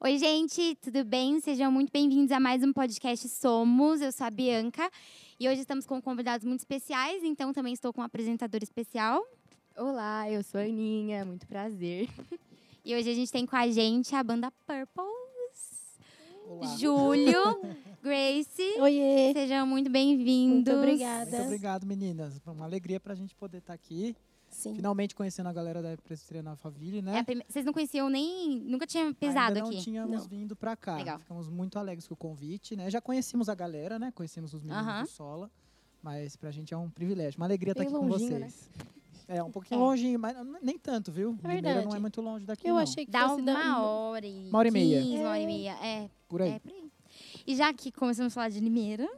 Oi, gente, tudo bem? Sejam muito bem-vindos a mais um podcast Somos. Eu sou a Bianca e hoje estamos com convidados muito especiais, então também estou com um apresentador especial. Olá, eu sou a Aninha, muito prazer. E hoje a gente tem com a gente a banda Purple, Júlio, Grace. Oiê! Sejam muito bem-vindos. Muito obrigada. Muito obrigado, meninas. Foi Uma alegria pra gente poder estar aqui. Sim. Finalmente conhecendo a galera da Presbiteriana Alphaville, É né? a prime- Vocês não conheciam nem. Nunca tinha É pesado Ainda não aqui. tínhamos Não. vindo pra cá. Legal. Ficamos muito alegres com o convite, né? Já conhecimos a galera, né? Conhecemos os meninos Aham. do Sola. Mas pra gente é um privilégio, uma alegria estar Bem aqui longinho, com né? vocês. É, um pouquinho É. longe, mas n- nem tanto, viu? Limeira não é verdade. muito longe daqui, Eu não. achei que Dá fosse um uma da... hora e. Uma hora e meia. 15, Uma hora e meia. É, Por aí. é por aí. E já que começamos a falar de Limeira,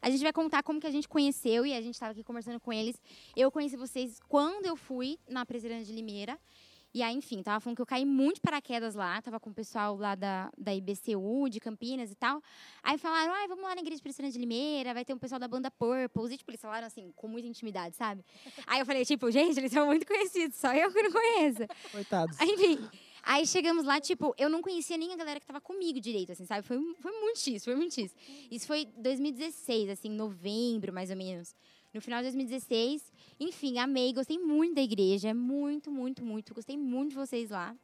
a gente vai contar como que a gente conheceu e a gente estava aqui conversando com eles. Eu conheci vocês quando eu fui na Presidência de Limeira. E aí, enfim, tava falando que eu caí muito de paraquedas lá, tava com o pessoal lá da, da IBCU, de Campinas e tal. Aí falaram, ai, vamos lá na igreja de Precisão de Limeira, vai ter um pessoal da banda Purple. E, tipo, eles falaram assim, com muita intimidade, sabe? Aí eu falei, tipo, gente, eles são muito conhecidos, só eu que não conheço. Coitados. Aí, Enfim. Aí chegamos lá, tipo, eu não conhecia nem a galera que tava comigo direito, assim, sabe? Foi, foi muito X, foi muito X. Isso foi 2016, assim, novembro, mais ou menos. No final de 2016. Enfim, amei, gostei muito da igreja. Muito, muito, muito. Gostei muito de vocês lá.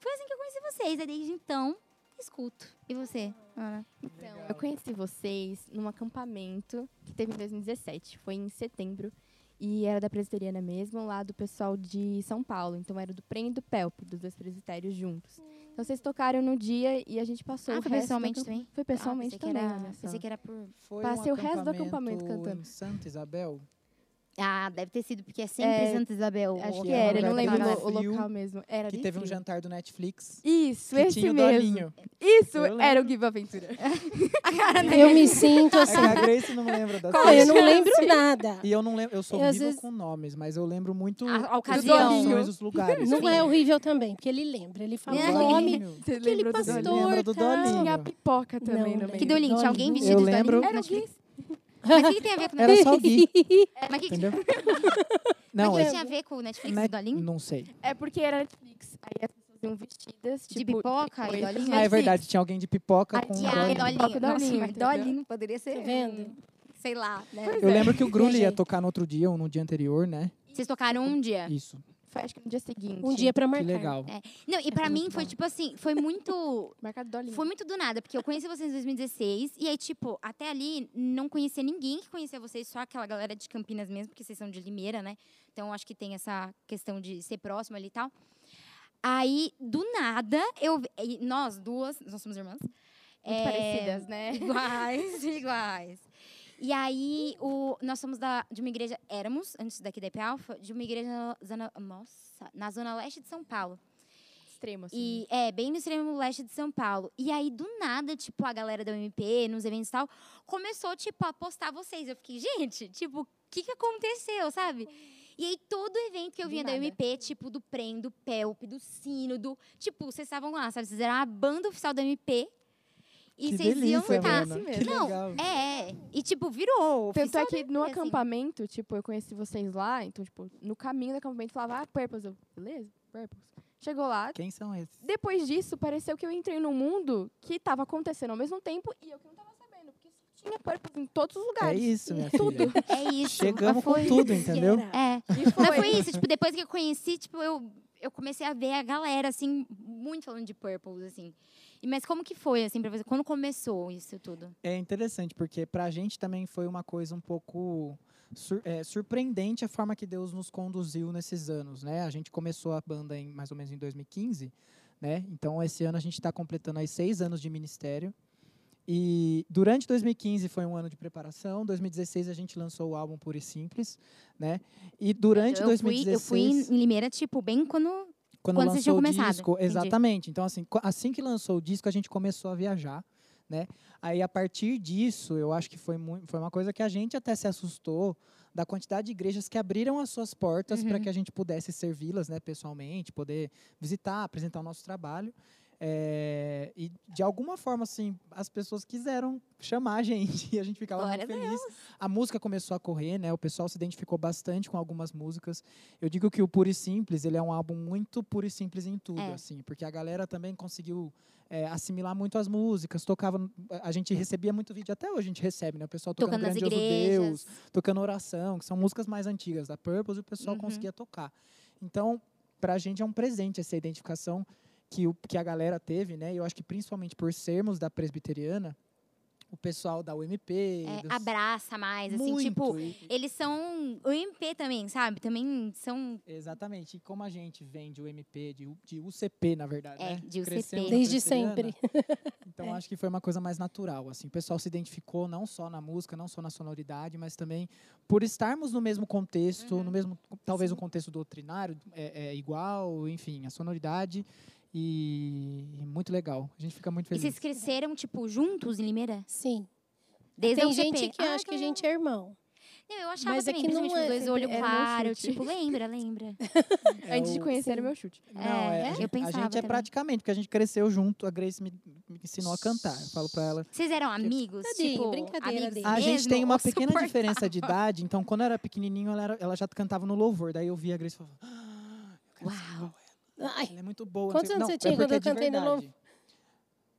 Foi assim que eu conheci vocês. Aí desde então, escuto. E você? Ana? Então, eu conheci vocês num acampamento que teve em 2017, foi em setembro, e era da presbiteriana mesmo, lá do pessoal de São Paulo, então era do Prêmio e do Pelp, dos dois presbitérios juntos. Então vocês tocaram no dia e a gente passou Ah, o foi resto do pessoalmente acamp- também? Foi pessoalmente ah, pensei também, Que era, olha só. pensei que era por... Foi Passei um o resto do acampamento em cantando. Santa Isabel. Ah, deve ter sido, porque é sempre É, Santa Isabel. Acho ou- assim. que era um era, lugar não que lembro tava o- o frio, local mesmo. Era Que bem teve um frio. jantar do Netflix. Isso, que esse tinha o mesmo. Dolinho. Isso, Eu lembro. era o Gui Aventura. Eu me sinto É que assim. a Grace não lembra das Não, eu coisas. não lembro nada. E eu não lembro, eu sou E às horrível vezes- com nomes, mas eu lembro muito A- a das ocasião. situações, dos lugares. Não Sim. é horrível também, porque ele lembra. Ele fala É. o nome. Você Aquele lembrou do pastor. Ele Dolinho? lembra do cara. Tinha a Dolinho. pipoca também Não né? no lembro. meio. Que dolinho, tinha alguém Dolinho. vestido Eu de lembro- dolinho? Era o Gui. Mas o que, que tem a ver com o Era só o Gui, É, Mas o que, que entendeu? Mas o Não, que é... tinha a ver com o Netflix Né- do Dolinho? Não sei. É porque era Netflix. Aí as pessoas iam vestidas, tipo... de pipoca e coisa. dolinho? Ah, é verdade, tinha alguém de pipoca Ah, com E tinha a Dolinho. dolinho. Pipoca e Nossa, dolinho, mas entendeu? dolinho poderia ser. Tá vendo? Sei lá, né? Eu lembro que o Grulli ia Gente. tocar no outro dia ou no dia anterior, né? Vocês tocaram um dia. Isso, Foi acho que no dia seguinte. Um dia pra que marcar. legal. É. Não, e pra foi mim muito foi bom. tipo assim, foi muito. Marcado Dolinho. Foi muito do nada, porque eu conheci vocês em 2016 e aí, tipo, até ali não conhecia ninguém que conhecia vocês, só aquela galera de Campinas mesmo, porque vocês são de Limeira, né? Então acho que tem essa questão de ser próximo ali e tal. Aí, do nada, eu. e Nós duas, nós somos irmãs. Muito é, parecidas, né? Iguais, iguais. E aí, o, nós somos da, de uma igreja, éramos, antes daqui da EP Alpha, de uma igreja na zona, nossa, na zona leste de São Paulo. Extremo, assim. E é, bem no extremo leste de São Paulo. E aí, do nada, tipo, a galera da UMP, nos eventos e tal, começou, tipo, a postar vocês. Eu fiquei, gente, tipo, o que, que aconteceu, sabe? E aí, todo evento que eu Do vinha da nada. UMP, tipo, do PREM, do PELP, do Sino, do. Tipo, vocês estavam lá, sabe? Vocês eram a banda oficial da UMP. E que vocês iam tá delícia, né? estar. mano. Assim Que mesmo. Não, legal. É, é. E, tipo, virou. Tanto é que oficialmente, no assim. acampamento, tipo, eu conheci vocês lá, então, tipo, no caminho do acampamento falava, ah, Purples. Eu, beleza, Purples. Chegou lá. Quem são esses? Depois disso, pareceu que eu entrei num mundo que tava acontecendo ao mesmo tempo e eu que não tava sabendo, porque só tinha Purples em todos os É lugares. isso, minha Tudo. filha. É isso. Chegamos com Foi- tudo, entendeu? Será? É. E Mas foi isso, tipo, depois que eu conheci, tipo, eu, eu comecei a ver a galera, assim, muito falando de Purples, assim. E, mas como que foi, assim, pra você? Quando começou isso tudo? É interessante, porque pra gente também foi uma coisa um pouco sur- é, surpreendente a forma que Deus nos conduziu nesses anos, né? A gente começou a banda em, mais ou menos em 2015, né? Então, esse ano a gente está completando aí seis anos de ministério. E durante 2015 foi um ano de preparação, 2016 a gente lançou o álbum Puro e Simples, né? E durante eu, fui, 2016... eu fui em Limeira, tipo, bem quando... Quando, Quando vocês tinham lançou o começado, disco, entendi. exatamente. Então assim, co- assim que lançou o disco, a gente começou a viajar, né? Aí a partir disso, eu acho que foi muito, foi uma coisa que a gente até se assustou da quantidade de igrejas que abriram as suas portas para Uhum. que a gente pudesse servi-las, né, pessoalmente, poder visitar, apresentar o nosso trabalho. É, e de alguma forma, assim, as pessoas quiseram chamar a gente e a gente ficava Glória muito feliz. A música começou a correr, né? O pessoal se identificou bastante com algumas músicas. Eu digo que o Puro e Simples, ele é um álbum muito puro e simples em tudo, É. assim, porque a galera também conseguiu é, assimilar muito as músicas, tocava, a gente recebia muito vídeo, até hoje a gente recebe, né? O pessoal tocando, Tocando nas Grandioso Deus, igrejas. tocando oração, que são músicas mais antigas da Purpose, e o pessoal Uhum. conseguia tocar. Então, pra gente é um presente essa identificação que, o, que a galera teve, né? E eu acho que principalmente por sermos da presbiteriana, o pessoal da UMP. É, dos- abraça mais, assim, muito, tipo, e- eles são o MP também, sabe? Também são Exatamente. E como a gente vem de UMP, de, U- de UCP, na verdade, É, né? de UCP. Crescemos na Desde presbiteriana. sempre. Então acho que foi uma coisa mais natural, assim. O pessoal se identificou não só na música, não só na sonoridade, mas também por estarmos no mesmo contexto, Uhum. no mesmo talvez um contexto doutrinário é, é igual, enfim, a sonoridade e, e muito legal. A gente fica muito E feliz. vocês cresceram, tipo, juntos em Limeira? Sim. Desde Tem o CP? gente que Ah, acha que a gente é irmão. Não, eu achava Mas é também, que não principalmente é, com dois sempre olhos era meu claros. chute. Tipo, lembra, lembra. É Antes de o- conhecer era Sim. meu chute. Não, É, é, a, eu gente- a pensava gente é também. praticamente, porque a gente cresceu junto, a Grace me, me ensinou a cantar. Eu falo pra ela. Vocês eram amigos? Tadinho, tipo, brincadeira amigos dele. A gente mesmo, tem uma ou pequena suportava? diferença de idade, então quando eu era pequenininho, ela, era- ela já cantava no louvor. Daí eu via a Grace e falava, "Ah, eu quero ser Uau. igual Ai, Ela é muito boa. Quantos não sei- anos você não, tinha é porque quando eu de cantei no verdade.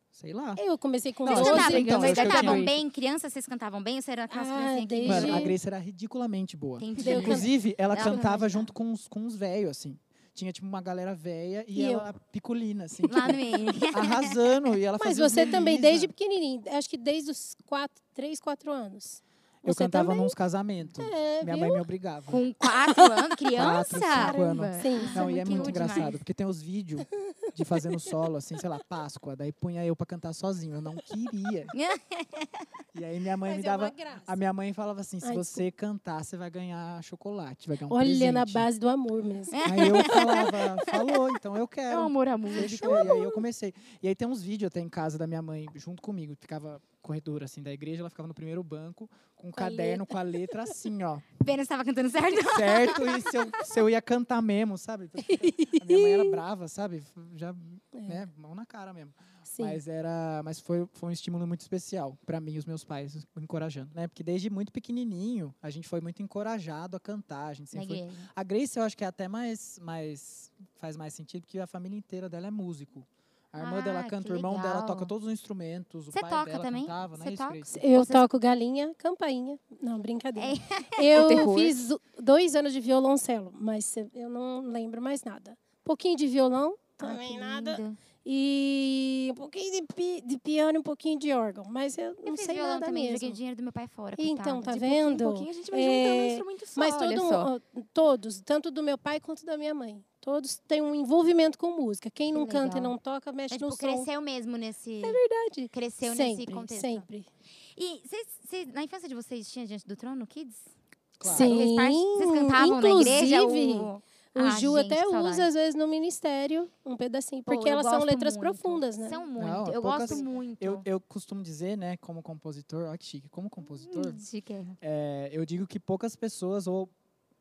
Sei lá. eu comecei com Não, Vocês 12. eu- cantavam, então, vocês eu acho que eu cantavam tinha bem? Crianças, vocês cantavam bem? Ou vocês eram aquelas Ah, crianças que desde- Mano, a Entendi. Grace era ridiculamente boa. Entendi. Eu canto- Inclusive, ela Dá pra cantava imaginar. junto com os, com os velhos, assim. Tinha, tipo, uma galera velha e, E eu? ela piculina, assim. Lá no meio. Arrasando. E ela Mas fazia os você também, melisma. desde pequenininho, acho que desde os 4, 3, 4 anos. Eu Você cantava também? nos casamentos. É, Minha viu? mãe me obrigava. Com quatro anos, Quatro, criança? cinco anos. Caramba. Sim. Não, é e é muito muito cute engraçado, demais. porque tem os vídeos de fazendo solo, assim, sei lá, Páscoa. Daí punha eu pra cantar sozinho. Eu não queria. E aí minha mãe Mas me é uma dava. graça. A minha mãe falava assim: se Ai, você cantar, você vai ganhar chocolate, vai ganhar um Olha, presente. na base do amor mesmo. Aí eu falava, falou, então eu É um quero. amor à música. Fechou. E aí eu comecei. E aí tem uns vídeos até em casa da minha mãe, junto comigo. Ficava corredor, assim, da igreja, ela ficava no primeiro banco, com um Com a caderno, com a letra assim, ó. Pena estava cantando certo. Certo? E se eu, se eu ia cantar mesmo, sabe? Tipo, A minha mãe era brava, sabe? Já, É. né, mão na cara mesmo. Sim. Mas era, mas foi, foi um estímulo muito especial para mim e os meus pais os- encorajando, né? Porque desde muito pequenininho a gente foi muito encorajado a cantar, a gente Na sempre foi- igreja. A Grace eu acho que é até mais, mais faz mais sentido porque a família inteira dela é músico. A irmã Ah, dela que canta, o irmão dela legal. toca todos os instrumentos, o Você pai toca dela também? cantava, não é Você isso, toca? Grace? Eu Vocês- É. toco galinha, campainha. Não, brincadeira. O Eu terror. fiz o- dois anos de violoncelo, mas se- eu não lembro mais nada. pouquinho de violão, também nada. E um pouquinho de, pi- de piano e um pouquinho de órgão. Mas eu não Eu fiz sei violão nada também, joguei o mesmo. dinheiro do meu pai fora. Então, coitado. tá De pouquinho em vendo? pouquinho a gente vai É, juntando um instrumento só, Mas olha todo mu- só. ó, todos, tanto do meu pai quanto da minha mãe, todos têm um envolvimento com música. Quem Que não canta e legal. não toca, mexe Mas, no tipo, som. cresceu mesmo nesse. Verdade. Cresceu nesse sempre, contexto. sempre. E vocês, vocês- na infância de vocês tinha Diante do Trono, Kids? Claro. Vocês, par- vocês cantavam na igreja? inclusive, O, O Ah, Ju gente, até que usa, saudade. às vezes, no ministério, um pedacinho. Pô, Porque eu elas são gosto letras muito. profundas, né? São muito. Não, eu poucas- gosto muito. Eu, eu costumo dizer, né, como compositor, olha que chique, como compositor, De guerra. É, eu digo que poucas pessoas, ou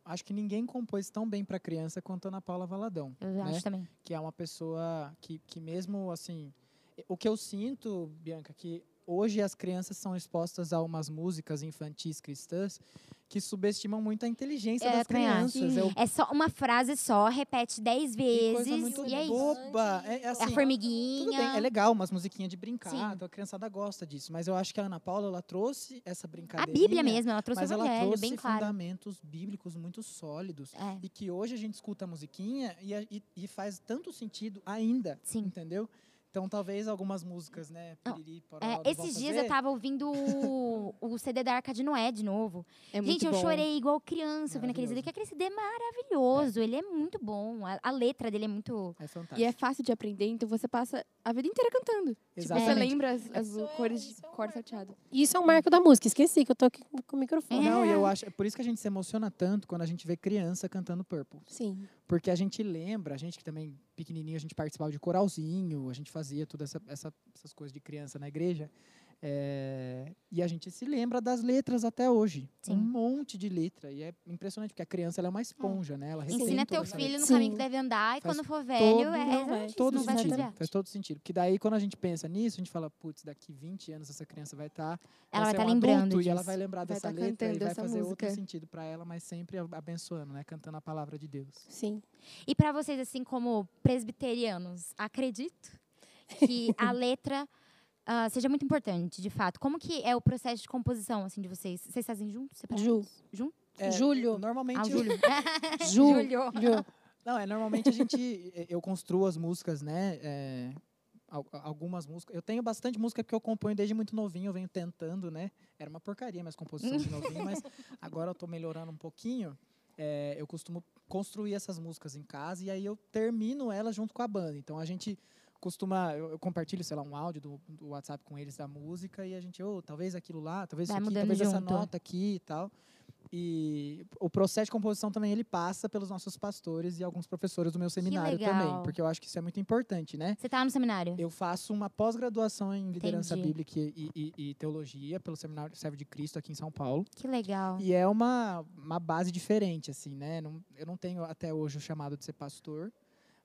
acho que ninguém compôs tão bem para criança quanto a Ana Paula Valadão, Eu Né? acho também. que é uma pessoa que, que mesmo assim. e- O que eu sinto, Bianca, que hoje as crianças são expostas a umas músicas infantis cristãs que subestimam muito a inteligência É, das eu também acho. crianças. É o É só uma frase só, repete dez que vezes coisa muito e é isso. boba. É, é É a assim, formiguinha. tudo bem, é legal, umas musiquinhas de brincar, Sim. então a criançada gosta disso. Mas eu acho que a Ana Paula ela trouxe essa a brincadeira. Bíblia mesmo, ela trouxe é mas o ela evangelho, trouxe bem claro. fundamentos bíblicos muito sólidos É, e que hoje a gente escuta a musiquinha e, a- e- e faz tanto sentido ainda, sim. entendeu? Então talvez algumas músicas, né? Não, piriri, pororó, É, não vão esses dias fazer. eu tava ouvindo o, o CD da Arca de Noé de novo. É muito Gente, eu bom. chorei igual criança ouvindo aquele CD, Maravilhoso. que aquele CD é maravilhoso. Ele é muito bom. A, a letra dele é muito. É fantástico. E é fácil de aprender, então você passa a vida inteira cantando. Tipo, você Exatamente. lembra as, as Isso é- cores de isso é um cor marco. salteado. Isso é um marco da música. Esqueci que eu tô aqui com o né? microfone. Não, e eu acho, é por isso que a gente se emociona tanto quando a gente vê criança cantando Purple. Sim. Porque a gente lembra, a gente que também, pequenininho, a gente participava de coralzinho, a gente fazia todas essa, essa- essas coisas de criança na igreja. É, e a gente se lembra das letras até hoje. Sim. Um monte de letra. E é impressionante, porque a criança ela é uma esponja, né? Ela retém Hum. Ensina teu toda essa filho no Sim. caminho que deve andar e Faz quando for velho, é, todo- Não, exatamente é isso, todo não vai sentido. desviar. Faz todo sentido. Porque daí, quando a gente pensa nisso, a gente fala, putz, daqui 20 anos essa criança vai estar. Ela vai ser estar um lembrando adulto, E ela disso. vai lembrar Vai tá dessa letra e cantando vai essa fazer outro música. sentido para ela, mas sempre a- abençoando, né? Cantando a palavra de Deus. Sim. E para vocês, assim, como presbiterianos, acredito que a letra ah, seja muito importante, de fato. Como que é o processo de composição, assim, de vocês? Vocês fazem juntos? separados? Ju. Jun? É, Júlio. Normalmente. Ah, o Júlio. Ju. Júlio. Ju. Não, é normalmente a gente. eh, Eu construo as músicas, né? eh, al- algumas músicas. Eu tenho bastante música que eu componho desde muito novinho, eu venho tentando, né? Era uma porcaria minhas composições de novinho, mas agora eu tô melhorando um pouquinho. Eh, eu costumo construir essas músicas em casa e aí eu termino elas junto com a banda. Então a gente costuma. Eu, eu compartilho, sei lá, um áudio do, do WhatsApp com eles da música e a gente, ô, talvez aquilo lá, talvez Vai isso aqui, mudando talvez essa junto. nota aqui e tal. E o processo de composição também ele passa pelos nossos pastores e alguns professores do meu seminário também, legal. porque eu acho que isso é muito importante, né? Você tá no seminário? Eu faço uma pós-graduação em liderança Entendi. bíblica e, e- e teologia pelo seminário Servo de Cristo aqui em São Paulo. Que legal. E é uma, uma base diferente, assim, né? Não- eu não tenho até hoje o chamado de ser pastor,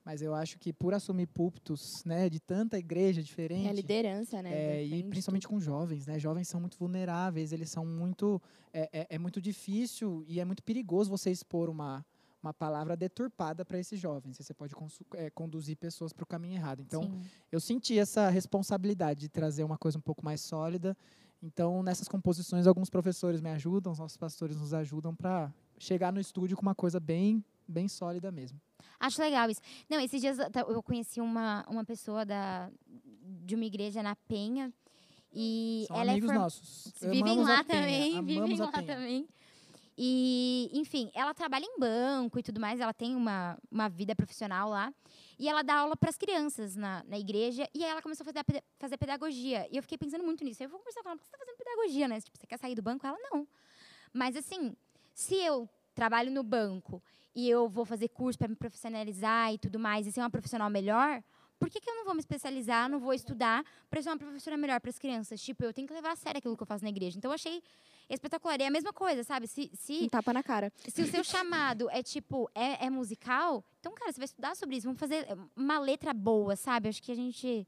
mas eu acho que por assumir púlpitos, né, de tanta É igreja a diferente, liderança, né? é, da e frente, principalmente com jovens, né? Jovens são muito vulneráveis, eles são muito. É, é- é muito difícil e é muito perigoso você expor uma, uma palavra deturpada para esses jovens. Você pode consu- é, conduzir pessoas para o caminho errado. Então, Sim. eu senti essa responsabilidade de trazer uma coisa um pouco mais sólida. Então, nessas composições, alguns professores me ajudam, os nossos pastores nos ajudam para chegar no estúdio com uma coisa bem, bem sólida mesmo. Acho legal isso. Não, esses dias eu ta- eu conheci uma, uma pessoa da, de uma igreja na Penha. E São ela amigos é form- nossos. Vivem Amamos a lá Penha, também, vivem amamos a lá Penha. também. E, enfim, ela trabalha em banco e tudo mais, ela tem uma, uma vida profissional lá. E ela dá aula para as crianças na, na igreja, e aí ela começou a fazer, a peda- fazer pedagogia. E eu fiquei pensando muito nisso. Aí Eu vou conversar com ela, por que você está fazendo pedagogia, né? Tipo, você quer sair do banco? Ela, não. Mas assim, se eu trabalho no banco e eu vou fazer curso para me profissionalizar e tudo mais, e ser uma profissional melhor, por que, que eu não vou me especializar, não vou estudar para ser uma professora melhor para as crianças? Tipo, eu tenho que levar a sério aquilo que eu faço na igreja. Então, eu achei espetacular. E é a mesma coisa, sabe? Se, Um se, tapa na cara. se o seu chamado é, tipo, é, é musical, então, cara, você vai estudar sobre isso. Vamos fazer uma letra boa, sabe? Acho que a gente...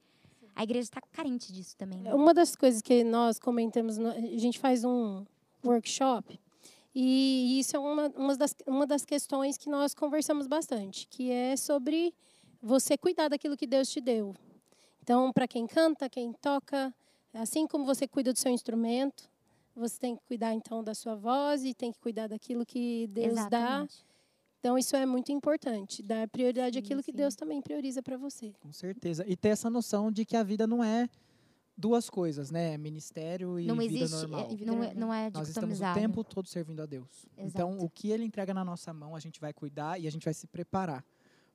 A igreja está carente disso também. né? Uma das coisas que nós comentamos, no- a gente faz um workshop e isso é uma, uma, das, uma das questões que nós conversamos bastante, que é sobre você cuidar daquilo que Deus te deu. Então, para quem canta, quem toca, assim como você cuida do seu instrumento, você tem que cuidar então da sua voz e tem que cuidar daquilo que Deus dá. Exatamente. Então, isso é muito importante, dar prioridade Sim, àquilo que sim. Deus também prioriza para você. Com certeza. E ter essa noção de que a vida não é duas coisas, né? Ministério e Não vida existe... normal. é, Não é, não é Nós estamos o dicotomizado. tempo todo servindo a Deus. Então, Exato. o que Ele entrega na nossa mão, a gente vai cuidar e a gente vai se preparar.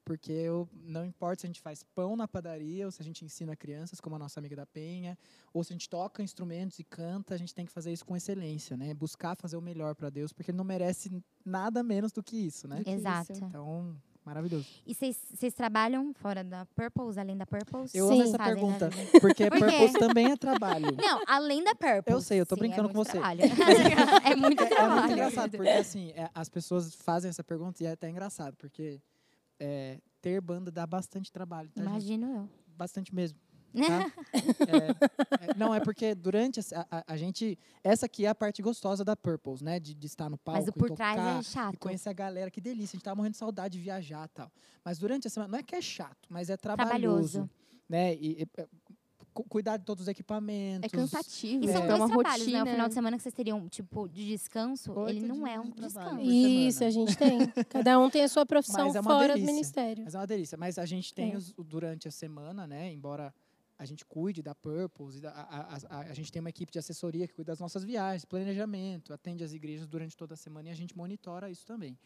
Porque eu, não importa se a gente faz pão na padaria, ou se a gente ensina crianças, como a nossa amiga da Penha, ou se a gente toca instrumentos e canta, a gente tem que fazer isso com excelência, né? Buscar fazer o melhor para Deus, porque Ele não merece nada menos do que isso, né? Do que Exato. isso. Então, maravilhoso. E vocês- vocês trabalham fora da Purples, além da Purples? Eu Sim. amo essa Fazem né, na pergunta, vida? porque Por quê? Purpose também é trabalho. Não, além da Purple. Eu sei, eu tô brincando com você. é muito É muito trabalho. engraçado, porque assim, é, as pessoas fazem essa pergunta e é até engraçado, porque é, ter banda dá bastante trabalho, tá, gente? Imagino eu. Bastante mesmo. tá? É, é, não, é porque durante essa- a, a- a gente. Essa aqui é a parte gostosa da Purples, né? De, de estar no palco Mas o e por tocar trás é e chato. conhecer a galera. Que delícia, a gente tava morrendo de saudade de viajar e tal. Mas durante a semana, não é que é chato, mas é trabalhoso. Trabalhoso. Né? E, e, é, cu- cuidar de todos os equipamentos. É cansativo. E são É. é dois uma trabalhos, rotina. né? O final de semana que vocês teriam, tipo, de descanso, Oito ele não dias é um de trabalho. descanso. por Isso, semana. a gente tem. Cada um tem a sua profissão Mas é uma fora do delícia. ministério. Mas é uma delícia. Mas a gente tem É. os- o- durante a semana, né? Embora a gente cuide da Purpose, e da- a, a- a- a gente tem uma equipe de assessoria que cuida das nossas viagens, planejamento, atende as igrejas durante toda a semana e a gente monitora isso também.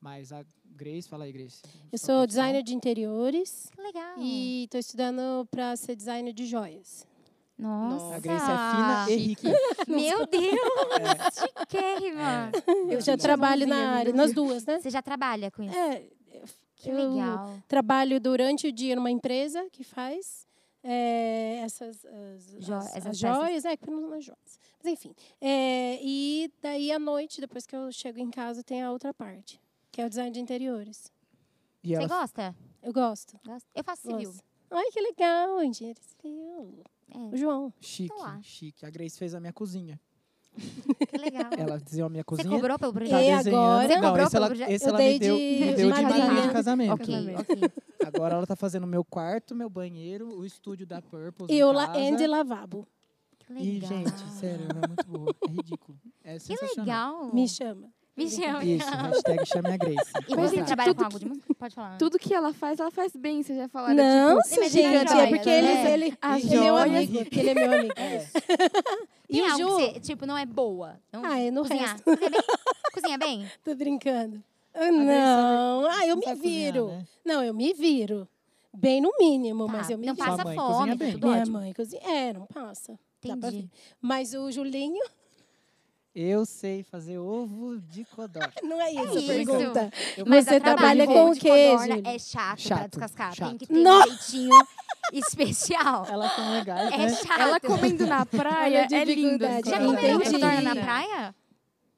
Mas a Grace, fala aí, Grace. sua Eu sou profissão. Ah. designer de interiores Que legal. e estou estudando para ser designer de joias. Nossa. A Grace é fina Ah, e rica. É, Meu Deus, chiquérrima. Eu já Nossa. trabalho Mãozinha, na amiga. área, nas duas, né? Você já trabalha com isso? É, Que eu legal. trabalho durante o dia numa empresa que faz. é, essas as, Jo- as- essas as peças. joias, é, que não é joias. Mas enfim. é, e daí à noite, depois que eu chego em casa, tem a outra parte, que é o design de interiores. E Você ela gosta? Eu gosto. Gosta? Eu faço civil. gosto. Ai, que legal, engenheiro civil. O É, João. Chique, Então Tô lá. chique. A Grace fez a minha cozinha. É, que legal. Ela desenhou a minha Você cozinha. cobrou pelo Tá projeto? E desenhando. agora? Você Não, cobrou esse ela, pelo projeto? esse Eu ela dei me deu de- me deu de madrinha. madrinha de casamento. Ok, Casamento. ok. Agora ela tá fazendo meu quarto, meu banheiro, o estúdio da Purple. Eu la and lavabo. Que legal. E, gente, sério, ela é muito boa. É ridículo. É Que sensacional. legal. é Me chama. Me chama. Isso, hashtag chame a Grace. E tipo, Mas, você gente, trabalha assim, com tudo algo de música? Pode falar. Tudo que ela faz, ela faz bem. Vocês já falaram, Não, tipo... mas gente, ele é é joia, porque né? ele, É. ele, Ah, ele é meu joia. amigo. Porque ele é meu amigo. Tem E o algo Ju? que você, tipo, não é boa? Não? Ah, é no Cozinhar. resto. Cozinha bem? Cozinha bem? Tô brincando. Ah, né? não. Ah, eu me viro. Cozinhar, né? Não, eu me viro. Bem no mínimo, Tá. mas eu me Não viro. passa tipo. Sua mãe cozinha fome, bem. tudo Minha ótimo. mãe cozinha. É, não passa. Dá pra Entendi. ver. Mas o Julinho, Eu sei fazer ovo de codó. não é isso a isso. pergunta. Eu Mas dá você trabalho, trabalha viu? com o De quê, codorna Júlia? É chato, pra Chato, descascar. Tem chato. que ter um Nossa! jeitinho especial. Ela são legais, É né? chato. Ela comendo na praia, Olha a é lindo. dificuldade. Já Entendi. comeu Entendi. codorna na praia?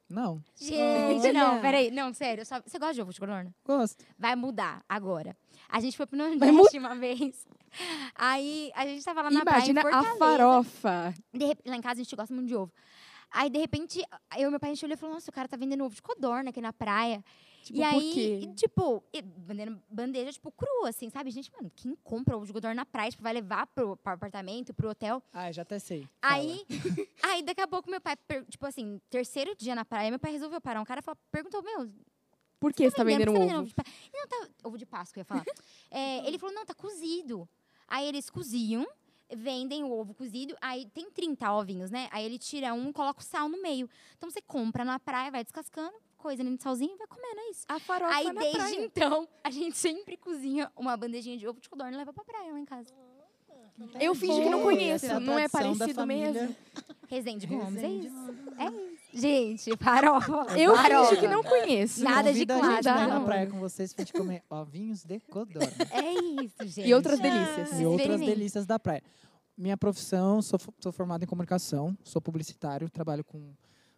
Não, Gente, Olha. não, peraí. Não, sério. eu só- Você gosta de ovo de codorna? gosto. Vai mudar agora. A gente foi pro Vai mu- Nordeste uma vez. Aí a gente tava lá na Imagina praia em a Fortaleza. farofa. De rep- lá em casa a gente gosta muito de ovo. Aí, de repente, eu e meu pai, a gente olhou e falou, nossa, o cara tá vendendo ovo de codorna aqui na praia. Tipo, e por aí, quê? e, tipo, e vendendo bandeja, tipo, crua, assim, sabe? Gente, mano, quem compra ovo de codorna na praia, tipo, vai levar pro, pro apartamento, pro hotel. Ah, já até sei. Aí, aí, daqui a pouco, meu pai, per- tipo assim, terceiro dia na praia, meu pai resolveu parar um cara e falou, perguntou, meu, Por que você tá vendendo por que você tá um ovo? de Páscoa? Não, tá, ovo de Páscoa, eu ia falar. É, ele falou, não, tá cozido. Aí eles coziam, vendem o ovo cozido, aí tem 30 ovinhos, né? Aí ele tira um e coloca o sal no meio. Então você compra na praia, vai descascando, coisa ali no salzinho e vai comendo, é isso. A farofa aí na desde praia. então, a gente sempre cozinha uma bandejinha de ovo de codorna e leva pra praia lá em casa. Eu fingi que não Essa conheço, é a não é tradição da parecido família. mesmo. Resende Gomes, é Resende isso. É isso. Gente, farofa. Eu farofa. fingi que não né? conheço. Nada de Convida A claro, gente pra ir na não. praia com vocês pra gente comer ovinhos de codorna. É isso, gente. E outras delícias. Ah. E outras Experimente. delícias da praia. Minha profissão, sou, fo- sou formado em comunicação, sou publicitário, trabalho com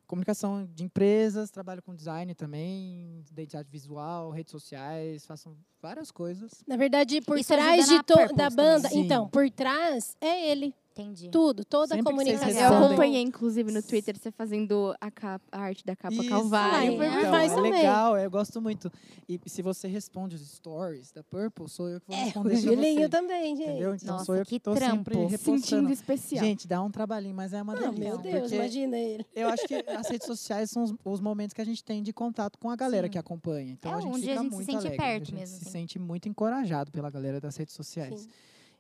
comunicação de empresas, trabalho com design também, identidade visual, redes sociais, faço várias coisas. Na verdade, por Isso trás ajuda de na to- Purples da também. banda, Sim. então, por trás é ele, Entendi. tudo, toda a Sempre que vocês comunicação. Eu Respondem. acompanhei, inclusive, no Twitter, você fazendo a, capa- a arte da capa né? Calvário. aí, foi- então, faz é também. legal, eu gosto muito. E se você responde os stories da Purple, sou eu que vou É, responder o pra Julinho você. também, gente. Entendeu? Então Nossa, sou eu que que tô sempre trampo. repostando. Sentindo especial. Gente, dá um trabalhinho, mas é uma Ah, delícia. meu Deus, porque imagina ele. Eu acho que as redes sociais são os, os momentos que a gente tem de contato com a galera que acompanha. Então É a gente onde a fica gente se muito sente alegre, perto a gente mesmo, se assim. sente muito encorajado pela galera das redes sociais. Sim.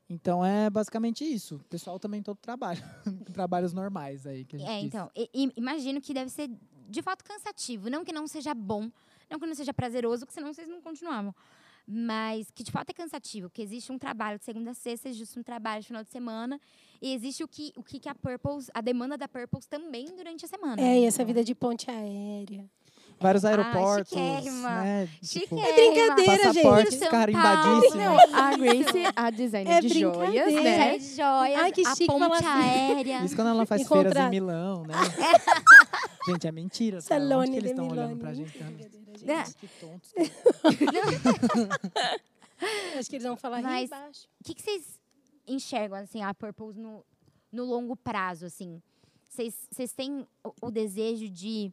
Então é basicamente isso. O pessoal também todo trabalho, trabalhos normais aí que a gente É, diz. então, e- e- imagino que deve ser de fato cansativo. Não que não seja bom, não que não seja prazeroso, porque senão vocês não continuavam. Mas que de fato é cansativo, que existe um trabalho de segunda a sexta, existe um trabalho de final de semana, e existe o que, o que que a Purples, a demanda da Purples também durante a semana. É, e essa vida de ponte aérea. Vários aeroportos, Ah, chiquérrima. né? Chiquérrima. é brincadeira, passaportes gente. carimbadíssimos. São A Grace, a designer É de joias, brincadeira. né? Cheia de joias, Ai, que a chique ponte falar assim. aérea. Isso quando ela faz Encontrar- feiras em Milão, né? gente, é mentira. tá? Onde Salone que eles de estão Milano. olhando pra gente? Tá? Brincadeira, gente. Né? Que tontos. que Acho que eles vão falar Mas- aí embaixo. O que, que vocês enxergam, assim, a Purples no, no longo prazo, assim? Vocês vocês têm o, o desejo de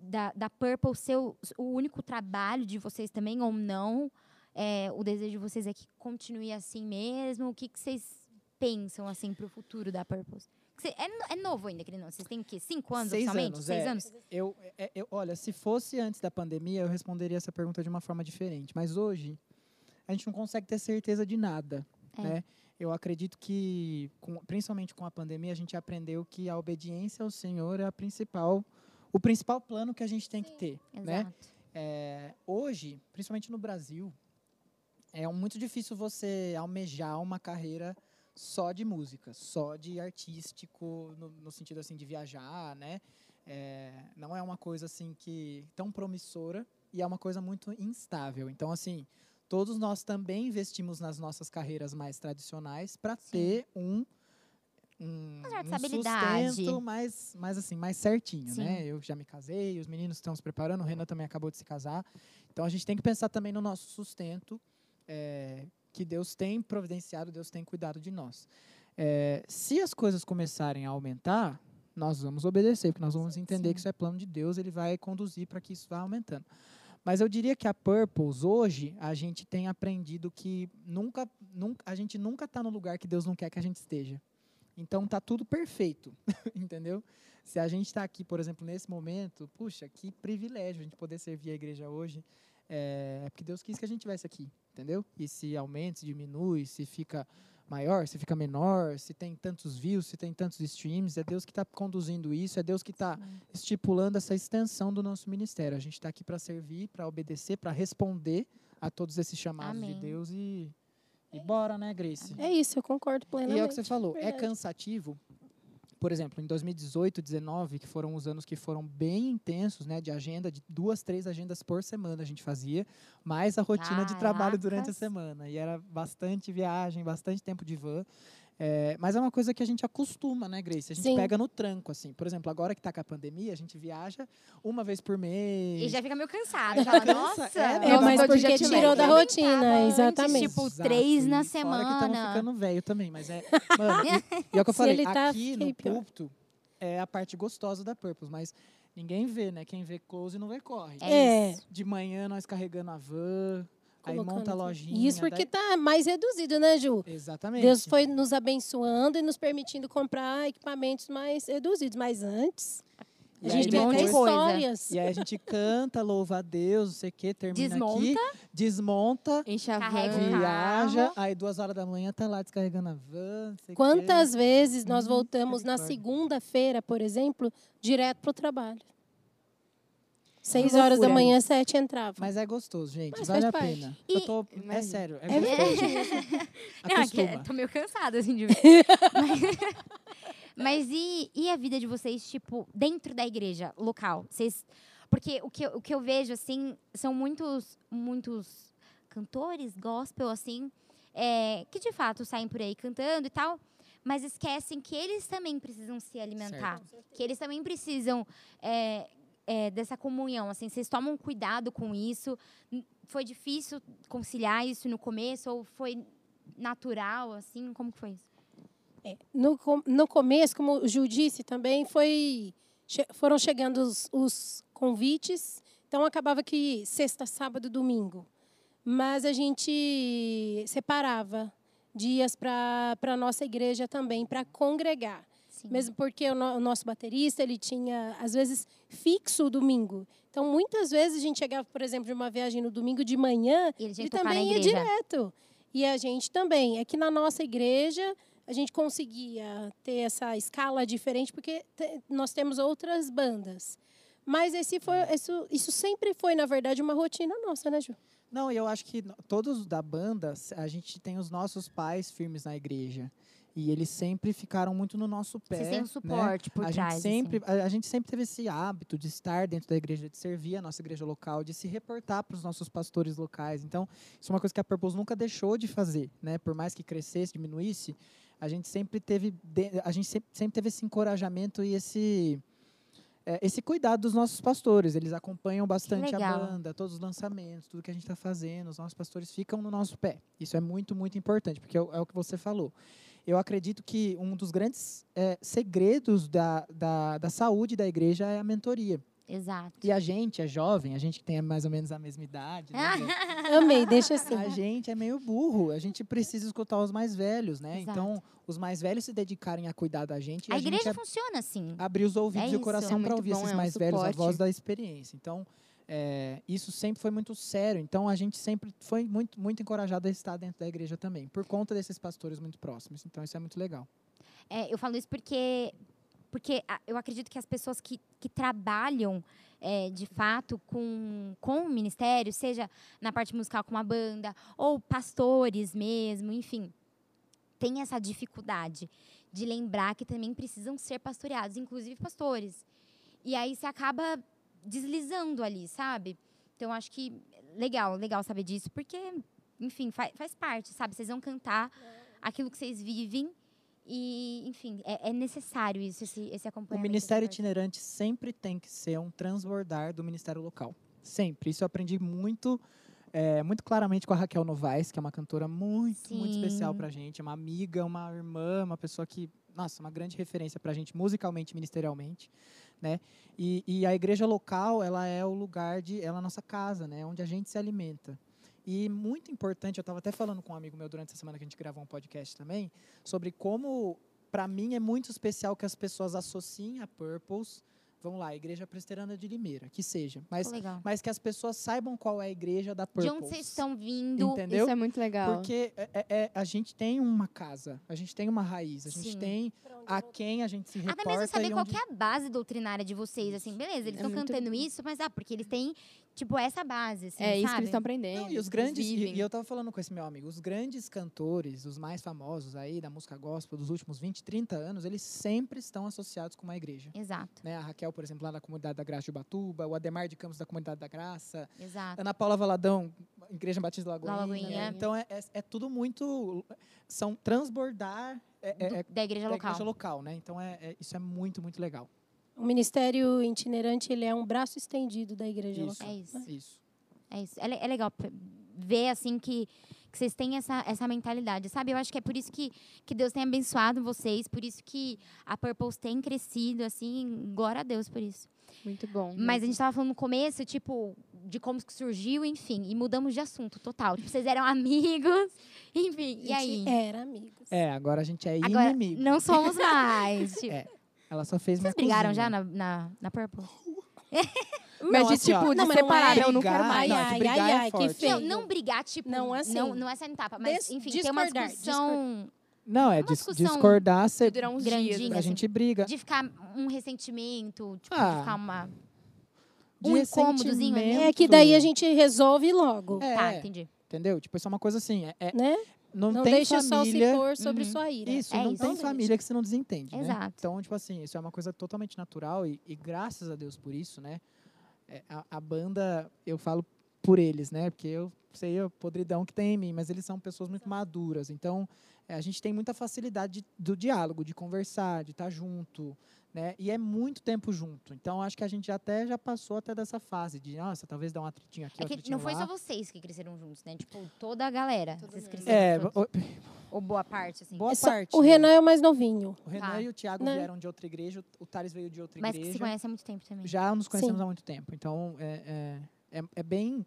da, da Purple ser o, o único trabalho de vocês também ou não? É, o desejo de vocês é que continue assim mesmo? O que, que vocês pensam, assim, pro futuro da Purple? Que cê- é, no- é novo ainda, querendo ou não. Vocês têm o quê? Cinco anos Seis oficialmente? anos, Seis é. anos? Eu, é- eu, olha, se fosse antes da pandemia, eu responderia essa pergunta de uma forma diferente. Mas hoje, a gente não consegue ter certeza de nada, É. né? Eu acredito que, com- principalmente com a pandemia, a gente aprendeu que a obediência ao Senhor é a principal, o principal plano que a gente tem que ter, né? Exato. É, hoje, principalmente no Brasil, é um- muito difícil você almejar uma carreira só de música, só de artístico, no, no sentido assim de viajar, né? É, não é uma coisa assim que tão promissora e é uma coisa muito instável. Então, assim, todos nós também investimos nas nossas carreiras mais tradicionais para ter um um, certa um estabilidade. sustento mais, mais assim, mais certinho, Sim. né? Eu já me casei, os meninos estão se preparando, o Renan também acabou de se casar. Então a gente tem que pensar também no nosso sustento, é, que Deus tem providenciado, Deus tem cuidado de nós. É, se as coisas começarem a aumentar, nós vamos obedecer, porque nós vamos entender que isso é plano de Deus, ele vai conduzir para que isso vá aumentando. Mas eu diria que a Purples hoje a gente tem aprendido que nunca, nunca a gente nunca está no lugar que Deus não quer que a gente esteja. Então tá tudo perfeito, entendeu? Se a gente está aqui, por exemplo, nesse momento, puxa, que privilégio a gente poder servir a igreja hoje. É, é porque Deus quis que a gente tivesse aqui, entendeu? E se aumenta, se diminui, se fica maior, se fica menor, se tem tantos views, se tem tantos streams, é Deus que está conduzindo isso, é Deus que está estipulando essa extensão do nosso ministério. A gente está aqui para servir, para obedecer, para responder a todos esses chamados Amém. de Deus e, e bora, né, Grace? É isso, eu concordo plenamente. E é o que você falou, é Verdade. cansativo. Por exemplo, em 2018, 2019, que foram os anos que foram bem intensos, né, de agenda, de duas, três agendas por semana a gente fazia, mais a rotina Ah, de trabalho durante a Caracas. semana. E era bastante viagem, bastante tempo de van. É, mas é uma coisa que a gente acostuma, né, Grace? A gente Sim. pega no tranco, assim. Por exemplo, agora que tá com a pandemia, a gente viaja uma vez por mês. E já fica meio cansado. Fala, Cansa, nossa. é, É, Nossa, mas tô de porque jet lag. tirou da Eu nem rotina, tava antes, exatamente. tipo, Exato, três na e fora que tamo semana. ficando velho também, mas é. Mano, e, e é o que eu Se falei, ele tá, aqui fiquei no pior. púlpito é a parte gostosa da Purpose, mas ninguém vê, né? Quem vê close não vê corre. É É. isso. De manhã nós carregando a van, aí Colocando monta a tudo. lojinha. E Isso daí- porque tá mais reduzido, né, Ju? Exatamente. Deus foi nos abençoando e nos permitindo comprar equipamentos mais reduzidos. Mas antes, E a aí gente tem um monte até de depois- coisa. histórias. E aí a gente canta, louva a Deus, não sei o quê, termina aqui. Desmonta. Enche a Carrega van. o um carro. Viaja, aí duas horas da manhã tá lá descarregando a van. não sei o quê. Quantas vezes Uhum, nós voltamos na misericórdia. segunda-feira, por exemplo, direto para o trabalho? Seis Uma horas da loucura. manhã, sete entrava. Mas é gostoso, gente. Mas vale a faz parte. pena. E- Eu tô- É Imagina. sério. É É gostoso. Não, é que Acostuma. eu tô meio cansada, assim, de ver. Mas, mas e, e a vida de vocês, tipo, dentro da igreja local? Vocês. Porque o que, eu- o que eu vejo, assim, são muitos, muitos cantores gospel, assim, é, que de fato saem por aí cantando e tal, mas esquecem que eles também precisam se alimentar. Que eles também precisam é, é, dessa comunhão, assim, vocês tomam cuidado com isso. N- Foi difícil conciliar isso no começo ou foi natural, assim? Como que foi isso? No, com- no começo, como o Ju disse também, foi, che- foram chegando os, os convites. Então, acabava que sexta, sábado, domingo. Mas a gente separava dias para a nossa igreja também, para congregar. Sim. Mesmo porque o, no- o nosso baterista, ele tinha, às vezes, fixo o domingo. Então, muitas vezes a gente chegava, por exemplo, de uma viagem no domingo de manhã, E ele tinha ele que tocar na também ia igreja. direto. E a gente também. É que na nossa igreja, a gente conseguia ter essa escala diferente, porque te- nós temos outras bandas. Mas esse foi, Hum. isso, isso sempre foi, na verdade, uma rotina nossa, né, Ju? Não, e eu acho que no- todos da banda, s- a gente tem os nossos pais firmes na igreja. E eles sempre ficaram muito no nosso pé. Vocês têm um né? suporte por a trás. Gente assim. sempre, a, a gente sempre teve esse hábito de estar dentro da igreja, de servir a nossa igreja local, de se reportar para os nossos pastores locais. Então, isso é uma coisa que a Purpose nunca deixou de fazer, né? Por mais que crescesse, diminuísse, a gente sempre teve, de- a gente sempre, sempre teve esse encorajamento e esse é, esse cuidado dos nossos pastores. Eles acompanham bastante a legal. banda, todos os lançamentos, tudo que a gente está fazendo. Os nossos pastores ficam no nosso pé. Isso é muito, muito importante, porque é o, é o que você falou. Eu acredito que um dos grandes é, segredos da, da, da saúde da igreja é a mentoria. Exato. E a gente é jovem, a gente que tem mais ou menos a mesma idade, né, gente? Amei, deixa assim. A gente é meio burro, a gente precisa escutar os mais velhos, né? Exato. Então, os mais velhos se dedicarem a cuidar da gente. e a gente igreja é funciona assim. abrir os ouvidos É e o isso. É coração para muito ouvir bom, esses é um mais velhos, a suporte. voz da experiência. Então, é, isso sempre foi muito sério. Então, a gente sempre foi muito, muito encorajado a estar dentro da igreja também, por conta desses pastores muito próximos. Então, isso é muito legal. É, eu falo isso porque, porque a- eu acredito que as pessoas que, que trabalham é, de fato com, com o ministério, seja na parte musical com uma banda, ou pastores mesmo, enfim, tem essa dificuldade de lembrar que também precisam ser pastoreados, inclusive pastores. E aí você acaba deslizando ali, sabe? Então acho que é legal, legal saber disso, porque enfim, faz, faz parte, sabe? Vocês vão cantar aquilo que vocês vivem. E, enfim, é, é necessário isso, esse, esse O acompanhamento. Ministério essa coisa. Itinerante sempre tem que ser um transbordar do Ministério Local. Sempre. Isso eu aprendi muito, eh, muito claramente com a Raquel Novaes, que é uma cantora muito, muito especial Sim. pra gente. Uma amiga, uma irmã, uma pessoa que, nossa, uma grande referência pra gente, musicalmente e ministerialmente. Né? E, e a igreja local, ela é o lugar de. Ela é a nossa casa, né? Onde a gente se alimenta. E muito importante, eu estava até falando com um amigo meu durante essa semana que a gente gravou um podcast também, sobre como para mim é muito especial que as pessoas associem a Purples, vamos lá, a Igreja Presbiteriana de Limeira, que seja, mas, Legal. mas que as pessoas saibam qual é a igreja da De Purples. onde vocês estão vindo. Entendeu? Isso é muito legal. Porque é- é- é- a gente tem uma casa, a gente tem uma raiz, a gente Sim. tem Pra onde a eu vou? quem a gente se reporta Até mesmo saber e qual onde- que é a base doutrinária de vocês, assim, beleza, eles É estão muito- cantando isso, mas ah, porque eles têm, tipo, essa base, assim, é isso que sabe? eles estão aprendendo. Não, e os eles grandes, e, vivem. e eu tava falando com esse meu amigo, os grandes cantores, os mais famosos aí da música gospel dos últimos 20, 30 anos, eles sempre estão associados com uma igreja. Exato, Né? A Raquel, por exemplo, lá na Comunidade da Graça de Ubatuba, o Ademar de Campos da Comunidade da Graça, Ah, exato. Ana Paula Valadão, Igreja Batista da Lagoinha. Lagoinha. Então é, é, é tudo muito. São transbordar é, é, é, Do- da igreja da local. igreja local, né? Então é, é- isso é muito, muito legal. O ministério itinerante ele é um braço estendido da igreja Isso. local. É isso. Isso. É isso. É, le- é legal pe- ver, assim, que, que vocês têm essa, essa mentalidade, sabe? Eu acho que é por isso que, que Deus tem abençoado vocês, por isso que a Purpose tem crescido, assim, glória a Deus por isso. Muito É bom. Mas a gente tava falando no começo, tipo, de como que surgiu, enfim, e mudamos de assunto total. Tipo, vocês eram amigos, enfim, e A aí? gente Era amigos. É, agora a gente é Agora, inimigo. não somos mais. tipo, É, Ela só fez vocês brigaram já na, na, na Purple? Mas Não, de assim, ó, tipo, de não, mas não Ah, separar, é não, não quero brigar, mais. não, Ai, de ai, brigar ai, é ai, que forte. feio. Não, não brigar, tipo. Não, assim. Não, não é saindo tapa, mas, Des- enfim, tem uma discordar, discussão Não, é Uma dis- discussão discordar, cê- de durar uns grandinho, dias. a assim. gente briga. de ficar um ressentimento, tipo, Ah, de ficar uma. De um incômodozinho ali. ressentimento. É que daí a gente resolve logo, É, Tá, entendi. entendeu? Tipo, isso é uma coisa assim, é- é- né? não, Não tem deixa família... o sol se pôr sobre Uhum. sua ira. Isso, É não isso. tem Não família que você não desentende, né? Exato. Então, tipo assim, isso é uma coisa totalmente natural e, e graças a Deus por isso, né? É, a, a banda, eu falo por eles, né? Porque eu sei a podridão que tem em mim, mas eles são pessoas muito maduras. Então, é, a gente tem muita facilidade de- do diálogo, de conversar, de estar junto, né? E é muito tempo junto. Então, acho que a gente até já passou até dessa fase de, nossa, talvez dar um atritinho aqui, É um que atritinho não foi lá. só vocês que cresceram juntos, né? Tipo, toda a galera. Vocês cresceram É, juntos. o- Ou boa parte, assim. boa Só- parte. O né? Renan é o mais novinho. O Renan Tá. e o Thiago Né? vieram de outra igreja, o- o Thales veio de outra Mas que igreja. se conhece há muito tempo também. Já nos conhecemos Sim. há muito tempo. Então, é, é, é, é bem,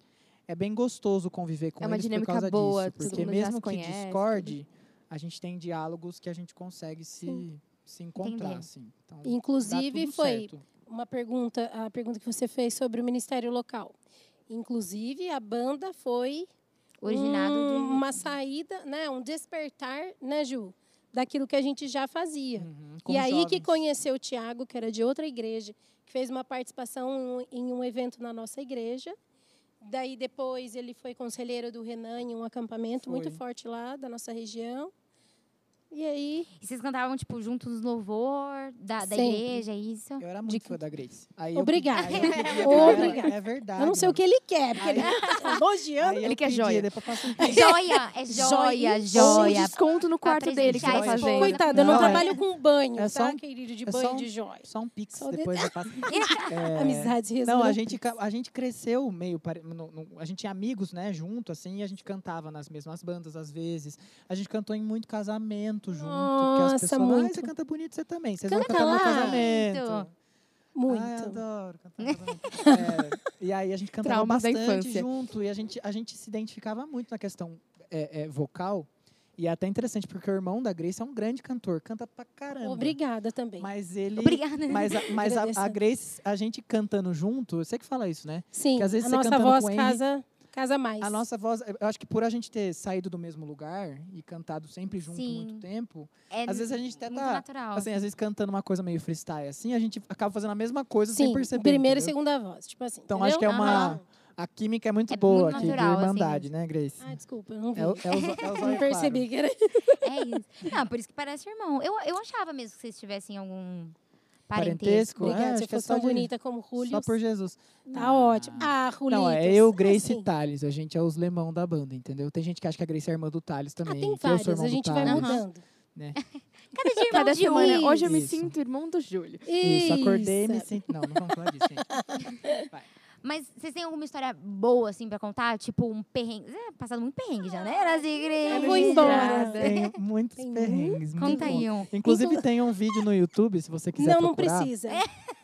é bem gostoso conviver com É uma eles dinâmica por causa boa, disso. todo Porque mundo já se mesmo que conhece, discorde, a gente tem diálogos que a gente consegue se, se encontrar, Entender. assim. Então, dá Inclusive, tudo foi certo. uma pergunta, a pergunta que você fez sobre o ministério local. Inclusive, a banda foi Originado um- de. uma saída, né, um despertar, né, Ju, daquilo que a gente já fazia. Uhum, E como aí que jovens. conheceu o Tiago, que era de outra igreja, que fez uma participação em um- em um evento na nossa igreja. Daí depois ele foi conselheiro do Renan em um acampamento muito Foi. forte lá da nossa região. E aí, E vocês cantavam, tipo, juntos nos louvor da, da Sempre. igreja, é isso? Eu era de muito que- fã da Grace. Aí Obrigada. Eu, aí eu pedia pra ela, Obrigada. É verdade. eu não sei o que ele quer, porque ele tá elogiando. Aí Ele eu quer pedi, joia. depois passa um- Joia, é joia, Um joia. desconto no Pra quarto dele que presentear vai a esposa. fazer. Coitado, eu não, Não, é- trabalho com banho, é só tá, um- querido? De é só banho um- de joia. Só um pix, Só de- depois eu passo. É, Amizades Não, resolvidas. a gente, ca- a gente cresceu meio. pare- no- no- a gente tinha amigos, né, junto, assim, e a gente cantava nas mesmas bandas às vezes. A gente cantou em muito casamento junto. porque as Nossa, pessoas, "Ah, muito. você canta bonito você também. Vocês vão Canta cantar no meu lá." casamento. Muito. Ai, Ah, eu adoro cantar no casamento. É, e aí a gente cantava Traumas da bastante infância. junto. E a gente, a gente se identificava muito na questão é, é, vocal. E é até interessante, porque o irmão da Grace é um grande cantor, canta pra caramba. Obrigada também. Mas ele. Obrigada. Mas, a, mas a- a Agradecendo. Grace, a gente cantando junto, você que fala isso, né? Sim, que às vezes a você nossa cantando voz com o Henry- casa, casa mais. A nossa voz, eu acho que por a gente ter saído do mesmo lugar e cantado sempre junto Sim. muito tempo, É às vezes a gente até muito tá, natural. É assim, às vezes cantando uma coisa meio freestyle, assim, a gente acaba fazendo a mesma coisa sem Sim, perceber. primeira e entendeu? segunda voz. Tipo assim. Então, entendeu? acho que é uma- Aham. A química é muito É boa muito aqui, natural, de assim. irmandade, né, Grace? Ah, desculpa, eu não vi. É, o- é o zo- é o zóio não percebi que era. É isso. Não, por isso que parece irmão. Eu, eu achava mesmo que vocês tivessem algum. Parentesco. Parentesco. Obrigada, é, você acho que é fosse só tão de- bonita como Julio. Só por Jesus. Tá ótimo. Ah, Julio. Não, é eu, Grace e Thales. A gente é os lemão da banda, entendeu? Tem gente que acha que a Grace é irmã do Thales Ah, também. tem que eu sou várias. irmão A do gente vai Thales. Aham. mudando. Cada dia irmão Cada de um. semana. Hoje eu me Isso. sinto irmão do Júlio. Isso, acordei e me Isso. sinto. Não, não vamos falar disso, gente. Mas vocês têm alguma história boa, assim, pra contar? Tipo, um perrengue. É, passado muito perrengue já, né? Nas igrejas. Eu vou embora. Registrada. Tem muitos Né? Tem perrengues. muito Conta bom. aí um. Inclusive, tem um vídeo no YouTube, se você quiser Não, não procurar, precisa.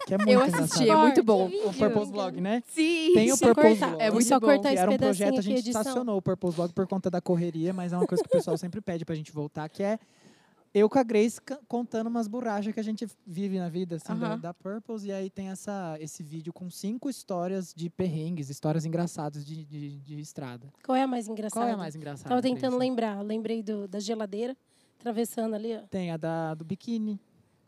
que é muito Eu assisti, é engraçado. muito bom. O Purpose Vlog, né? Sim. Tem o Isso é Purpose cortar. Vlog. É muito só bom. cortar que esse era um pedacinho projeto, a aqui, gente edição. estacionou o Purpose Vlog por conta da correria, mas é uma coisa que o pessoal sempre pede pra gente voltar, que é eu com a Grace ca- contando umas borrachas que a gente vive na vida, assim, da, Aham. da Purpose. E aí tem essa, esse vídeo com cinco histórias de perrengues, histórias engraçadas de, de, de estrada. Qual é a mais engraçada? Qual é a mais engraçada? Tava tentando Grace? lembrar. Lembrei do, da geladeira, atravessando ali. Ó. Tem a da, do biquíni,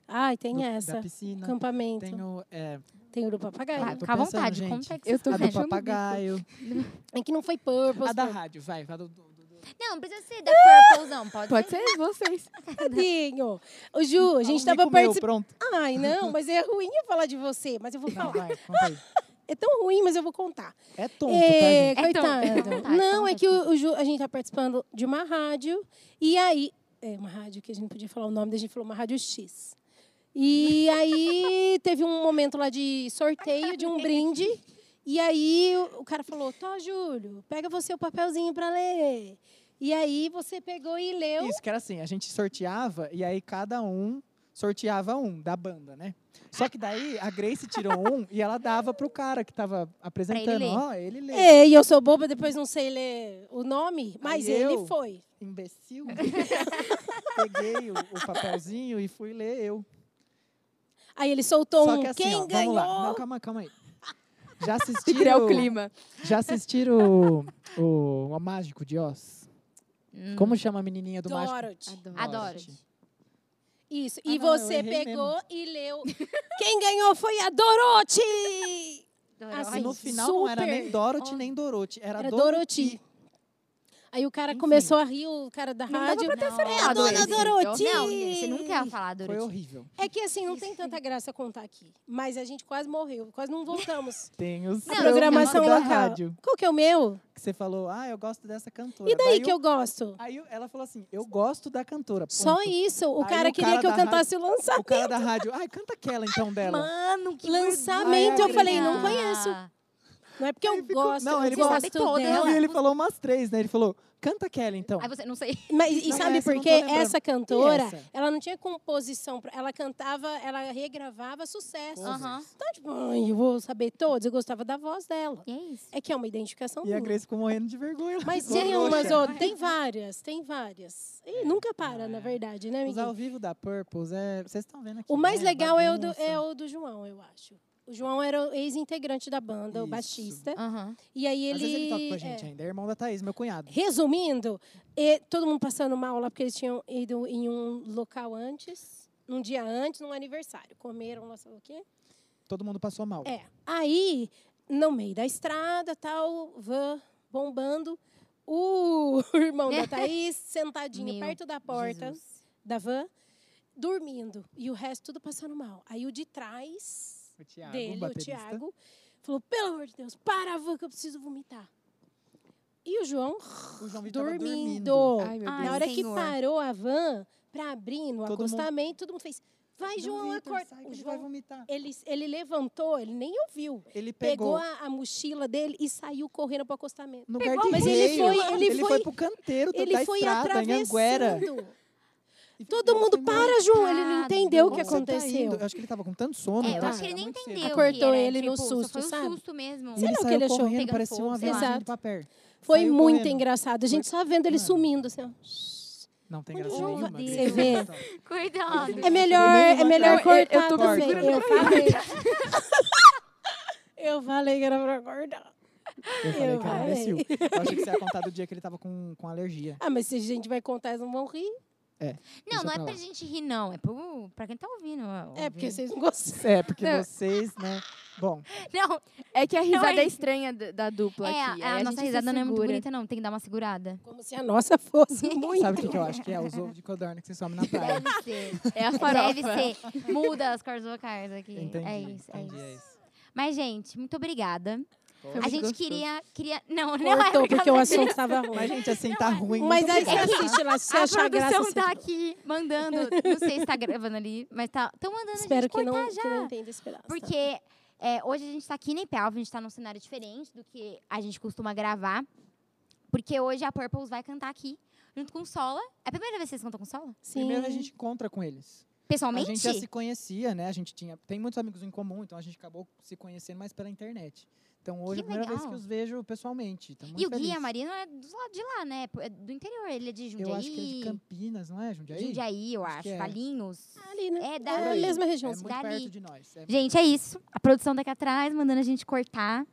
Ai, tem do- da essa. piscina. Acampamento. Tem Tem o, o, é, do papagaio. Claro, tô fica à pensando, vontade, gente. conta aí que Eu você tô a tá do fazendo. fechando o bico. papagaio, É que não foi Purpose. a da não. rádio, vai. vai do- do- do- Não, não precisa ser da Purple, não. Pode, um- Pode ser vocês. Tadinho. Ô, Ju, a gente Ah, um tava mico meu, participando. Pronto. Ai, não, mas é ruim eu falar de você, mas eu vou Não, falar. vai, conta aí. É tão ruim, mas eu vou contar. É tonto, é, tá, gente? É tonto. coitado. Conta, Não, conta, é que o, o Ju- a gente tá participando de uma rádio, e aí. É, uma rádio que a gente não podia falar o nome, daí a gente falou uma rádio X. E aí teve um momento lá de sorteio, de um brinde. E aí o, o cara falou: Tó, Júlio, pega você o papelzinho pra ler. E aí você pegou e leu. Isso, que era assim, a gente sorteava e aí cada um sorteava um da banda, né? Só que daí a Grace tirou um e ela dava pro cara que tava apresentando. ler. Ó, ele lê. É, e eu sou boba, depois não sei ler o nome, mas Aí ele eu- foi. Imbecil. Peguei o, o papelzinho e fui ler eu. Aí ele soltou Só um. que assim, Quem ó, vamos ganhou? lá. Não, calma, calma aí. Já Se criar assistiram, o clima. já assistiram o, o, o Mágico de Oz? Hum. Como chama a menininha do Mágico? Dorothy. Adoro. Isso. Ah, E não, eu você errei pegou e leu. Quem ganhou foi a Dorothy! Aí Assim, no final não era nem super. Dorothy nem Dorothy, era, Era Tá Dorothy. Dorothy. Aí o cara Enfim. começou a rir, o cara da Não dava rádio. pra ter É a acertado dona esse, Dorothy! Não, menina, você nunca ia falar Foi Dorothy. horrível. É que assim, não tem tanta graça contar aqui. Mas a gente quase morreu, quase não voltamos. Tem os Não, trancos programação da local. rádio. Qual que é o meu? Que você falou, ah, eu gosto dessa cantora. E daí Daí que o- eu gosto? Aí ela falou assim, eu gosto da cantora. ponto. Só isso. O Aí cara o queria cara que eu da rádio- cantasse o O lançamento. cara da rádio, ai, canta aquela então dela. Mano, que Lançamento, eu vergonha. falei, não conheço. Não é porque eu gosto, não, ele eu falou- gosto Sabe toda, dela. Não, e ele falou umas três, né? Ele falou, canta aquela então. Aí você, não sei. Mas, e Não, sabe essa eu por não quê? tô lembrando. Essa cantora, E é essa? ela não tinha composição. pra- Ela cantava, ela regravava sucesso. Covers. Aham. Então, tipo, "Ai, eu vou saber todos. Eu gostava da voz dela. E é isso. É que é uma identificação E a minha. Grace ficou morrendo de vergonha. Mas Ficou tem roxa. umas outras. Tem várias, tem várias. E nunca para, é. na verdade, né, Os ao amiguinho? vivo da Purples, é... vocês estão vendo aqui, O mais né? legal é o, do, Bagunça. é o do João, eu acho. O João era o ex-integrante da banda, o Isso. baixista. Aham. E aí Às ele. vezes ele toca com a é. gente ainda, é irmão da Thaís, meu cunhado. Resumindo, e todo mundo passando mal lá, porque eles tinham ido em um local antes, um dia antes, num aniversário. Comeram, não sei o quê. Todo mundo passou mal. É. Aí, no meio da estrada, tal, van bombando, o irmão da Thaís sentadinho Meu perto da porta da van, dormindo. E o resto tudo passando mal. Aí o de trás O Thiago, um dele, o baterista. Thiago, falou: pelo amor de Deus, para a van que eu preciso vomitar. E o João, O João Vitor tava dormindo. dormindo. Ai, meu Ai, Na Deus. hora senhor. que parou a van para abrir no Todo mundo- acostamento, todo mundo fez: vai, Não, João, Vitor, acorda. sai que O ele vai João, vomitar. ele, ele levantou, ele nem ouviu. Ele pegou Pegou, a, a mochila dele e saiu correndo pro acostamento. No Pegou, guarda mas ele foi- ele foi- pro canteiro tocar Ele foi tá estrada em Anguera. atravessando. E ficou Todo mundo assim, para, João. Ele não entendeu o que "Onde você tá aconteceu. indo?" eu acho que ele tava com tanto sono. É, eu tá? acho que ele nem Muito cedo. entendeu. Acordou que era, ele no tipo, só susto, Foi um sabe? susto mesmo. E ele Será que saiu ele achou? correndo, Pegando parecia um fogo, sei aviãozinho lá. de papel. Foi Saiu muito correndo. engraçado. A gente só vendo ele Mano. sumindo. Assim, ó. Não tem Onde graça o João nenhuma. vai- Grace. Você vê? Coitado. é melhor, é melhor Eu- eu- eu cortar. tô também. segurando eu falei. eu falei que era pra cortar. Eu falei Eu que era um falei. imbecil. Eu achei que você ia contar do dia que ele tava com, com alergia. Ah, mas se a gente vai contar, eles não vão rir. Não, Deixa não é pra pra lá. gente rir, não. É pro, pra quem tá ouvindo. ó, É, porque ouvindo. vocês não gostaram. É, porque Não. vocês, né? Bom, Não, É que a risada é é isso. estranha da, da dupla é, aqui. a, aí a gente nossa se risada não é muito segura. bonita, não. Tem que dar uma segurada. Como se a nossa fosse muito. sabe o que, que eu acho? Que é os ovos de codorna que você some na praia. Deve ser. É a farofa. Deve ser. Muda as cores vocais aqui. Entendi. é isso, é entendi, isso. Mas, gente, muito obrigada. Foi Pô, a muito gente gostoso. queria, queria. Não, não então, é. Cortou, por porque o causa assunto estava Mas, ruim. gente, assim, é tá ruim. Mas não aí você dá. assiste lá, se você A achar graça. produção Você... tá aqui mandando. Não sei se tá gravando ali, mas tá. Estão mandando a Espero gente que cortar não, já. que não entenda esse pedaço. tá? Porque é, hoje a gente está aqui em Nepal, a gente está num cenário diferente do que a gente costuma gravar. Porque hoje a Purples vai cantar aqui, junto com o Sola. É a primeira vez que vocês cantam com o Sola? Sim. Primeiro a gente encontra com eles. Pessoalmente? A gente já se conhecia, né? A gente tinha, tem muitos amigos em comum, então a gente acabou se conhecendo mais pela internet. Então Que hoje é a primeira vez que legal. os vejo pessoalmente. Tô muito E o feliz. Gui, a Marina, é do lado de lá, né? É do interior, ele é de Jundiaí. Eu acho que é de Campinas, não é, Jundiaí? Jundiaí, eu Acho acho. que é. Valinhos. Ali, né? É, É a dali. mesma É região. muito Dali. perto de nós. É- Gente, é isso. A produção daqui atrás, mandando a gente cortar.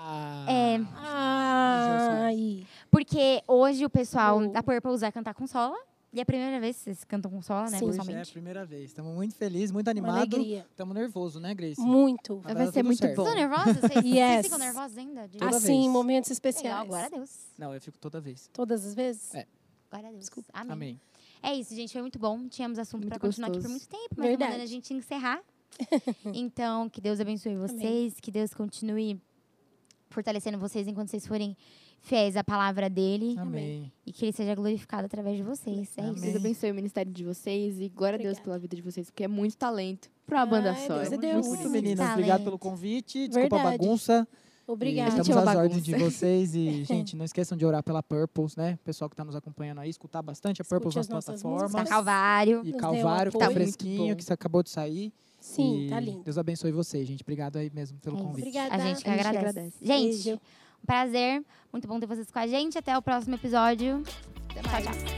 Ah. É. Ah, aí. Porque hoje o pessoal Boa. da Purples vai cantar com Sola. E é a primeira vez que vocês cantam com Sola, né? Sim. Hoje é a pessoalmente. primeira vez. Estamos muito felizes, muito Uma animados. alegria. Estamos nervosos, né, Grace? Muito. Mas Vai dar ser tudo muito certo. bom. Vocês estão nervosas? Vocês, vocês Yes. ficam nervosas ainda? De... Toda assim, vez. momentos Legal, especiais. glória a Deus. Não, eu fico toda vez. Todas as vezes? É. Glória a Deus. Desculpa. Amém. Amém. É isso, gente. Foi muito bom. Tínhamos assunto Muito para continuar aqui por muito gostoso. tempo, mas tá Verdade. mandando a gente encerrar. então, que Deus abençoe vocês, que Deus continue fortalecendo vocês enquanto vocês forem fiéis à palavra dele Amém. e que ele seja glorificado através de vocês. É Amém. isso. Deus abençoe o ministério de vocês e glória a Deus Obrigada. pela vida de vocês, porque é muito talento pra uma banda Ai, só. Deus É é muito Deus. Muito, Sim. meninas. Talento. Obrigado pelo convite. Desculpa a Verdade. bagunça. Obrigada. E A gente estamos ama às bagunça. ordens de vocês. E, gente, não esqueçam de orar pela Purples, né? O pessoal que está nos acompanhando aí, escutar bastante a Escute Purples as nas nossas Tá plataformas. músicas. Calvário. E Nos dê um Calvário, que tá apoio. Muito fresquinho, bom. que isso acabou de sair. Sim, E tá lindo. Deus abençoe vocês, gente. Obrigado aí mesmo pelo É isso. convite. Obrigada. A gente que A gente agradece. agradece. Gente, Beijo. um prazer. Muito bom ter vocês com a gente. Até o próximo episódio. Tchau, tchau.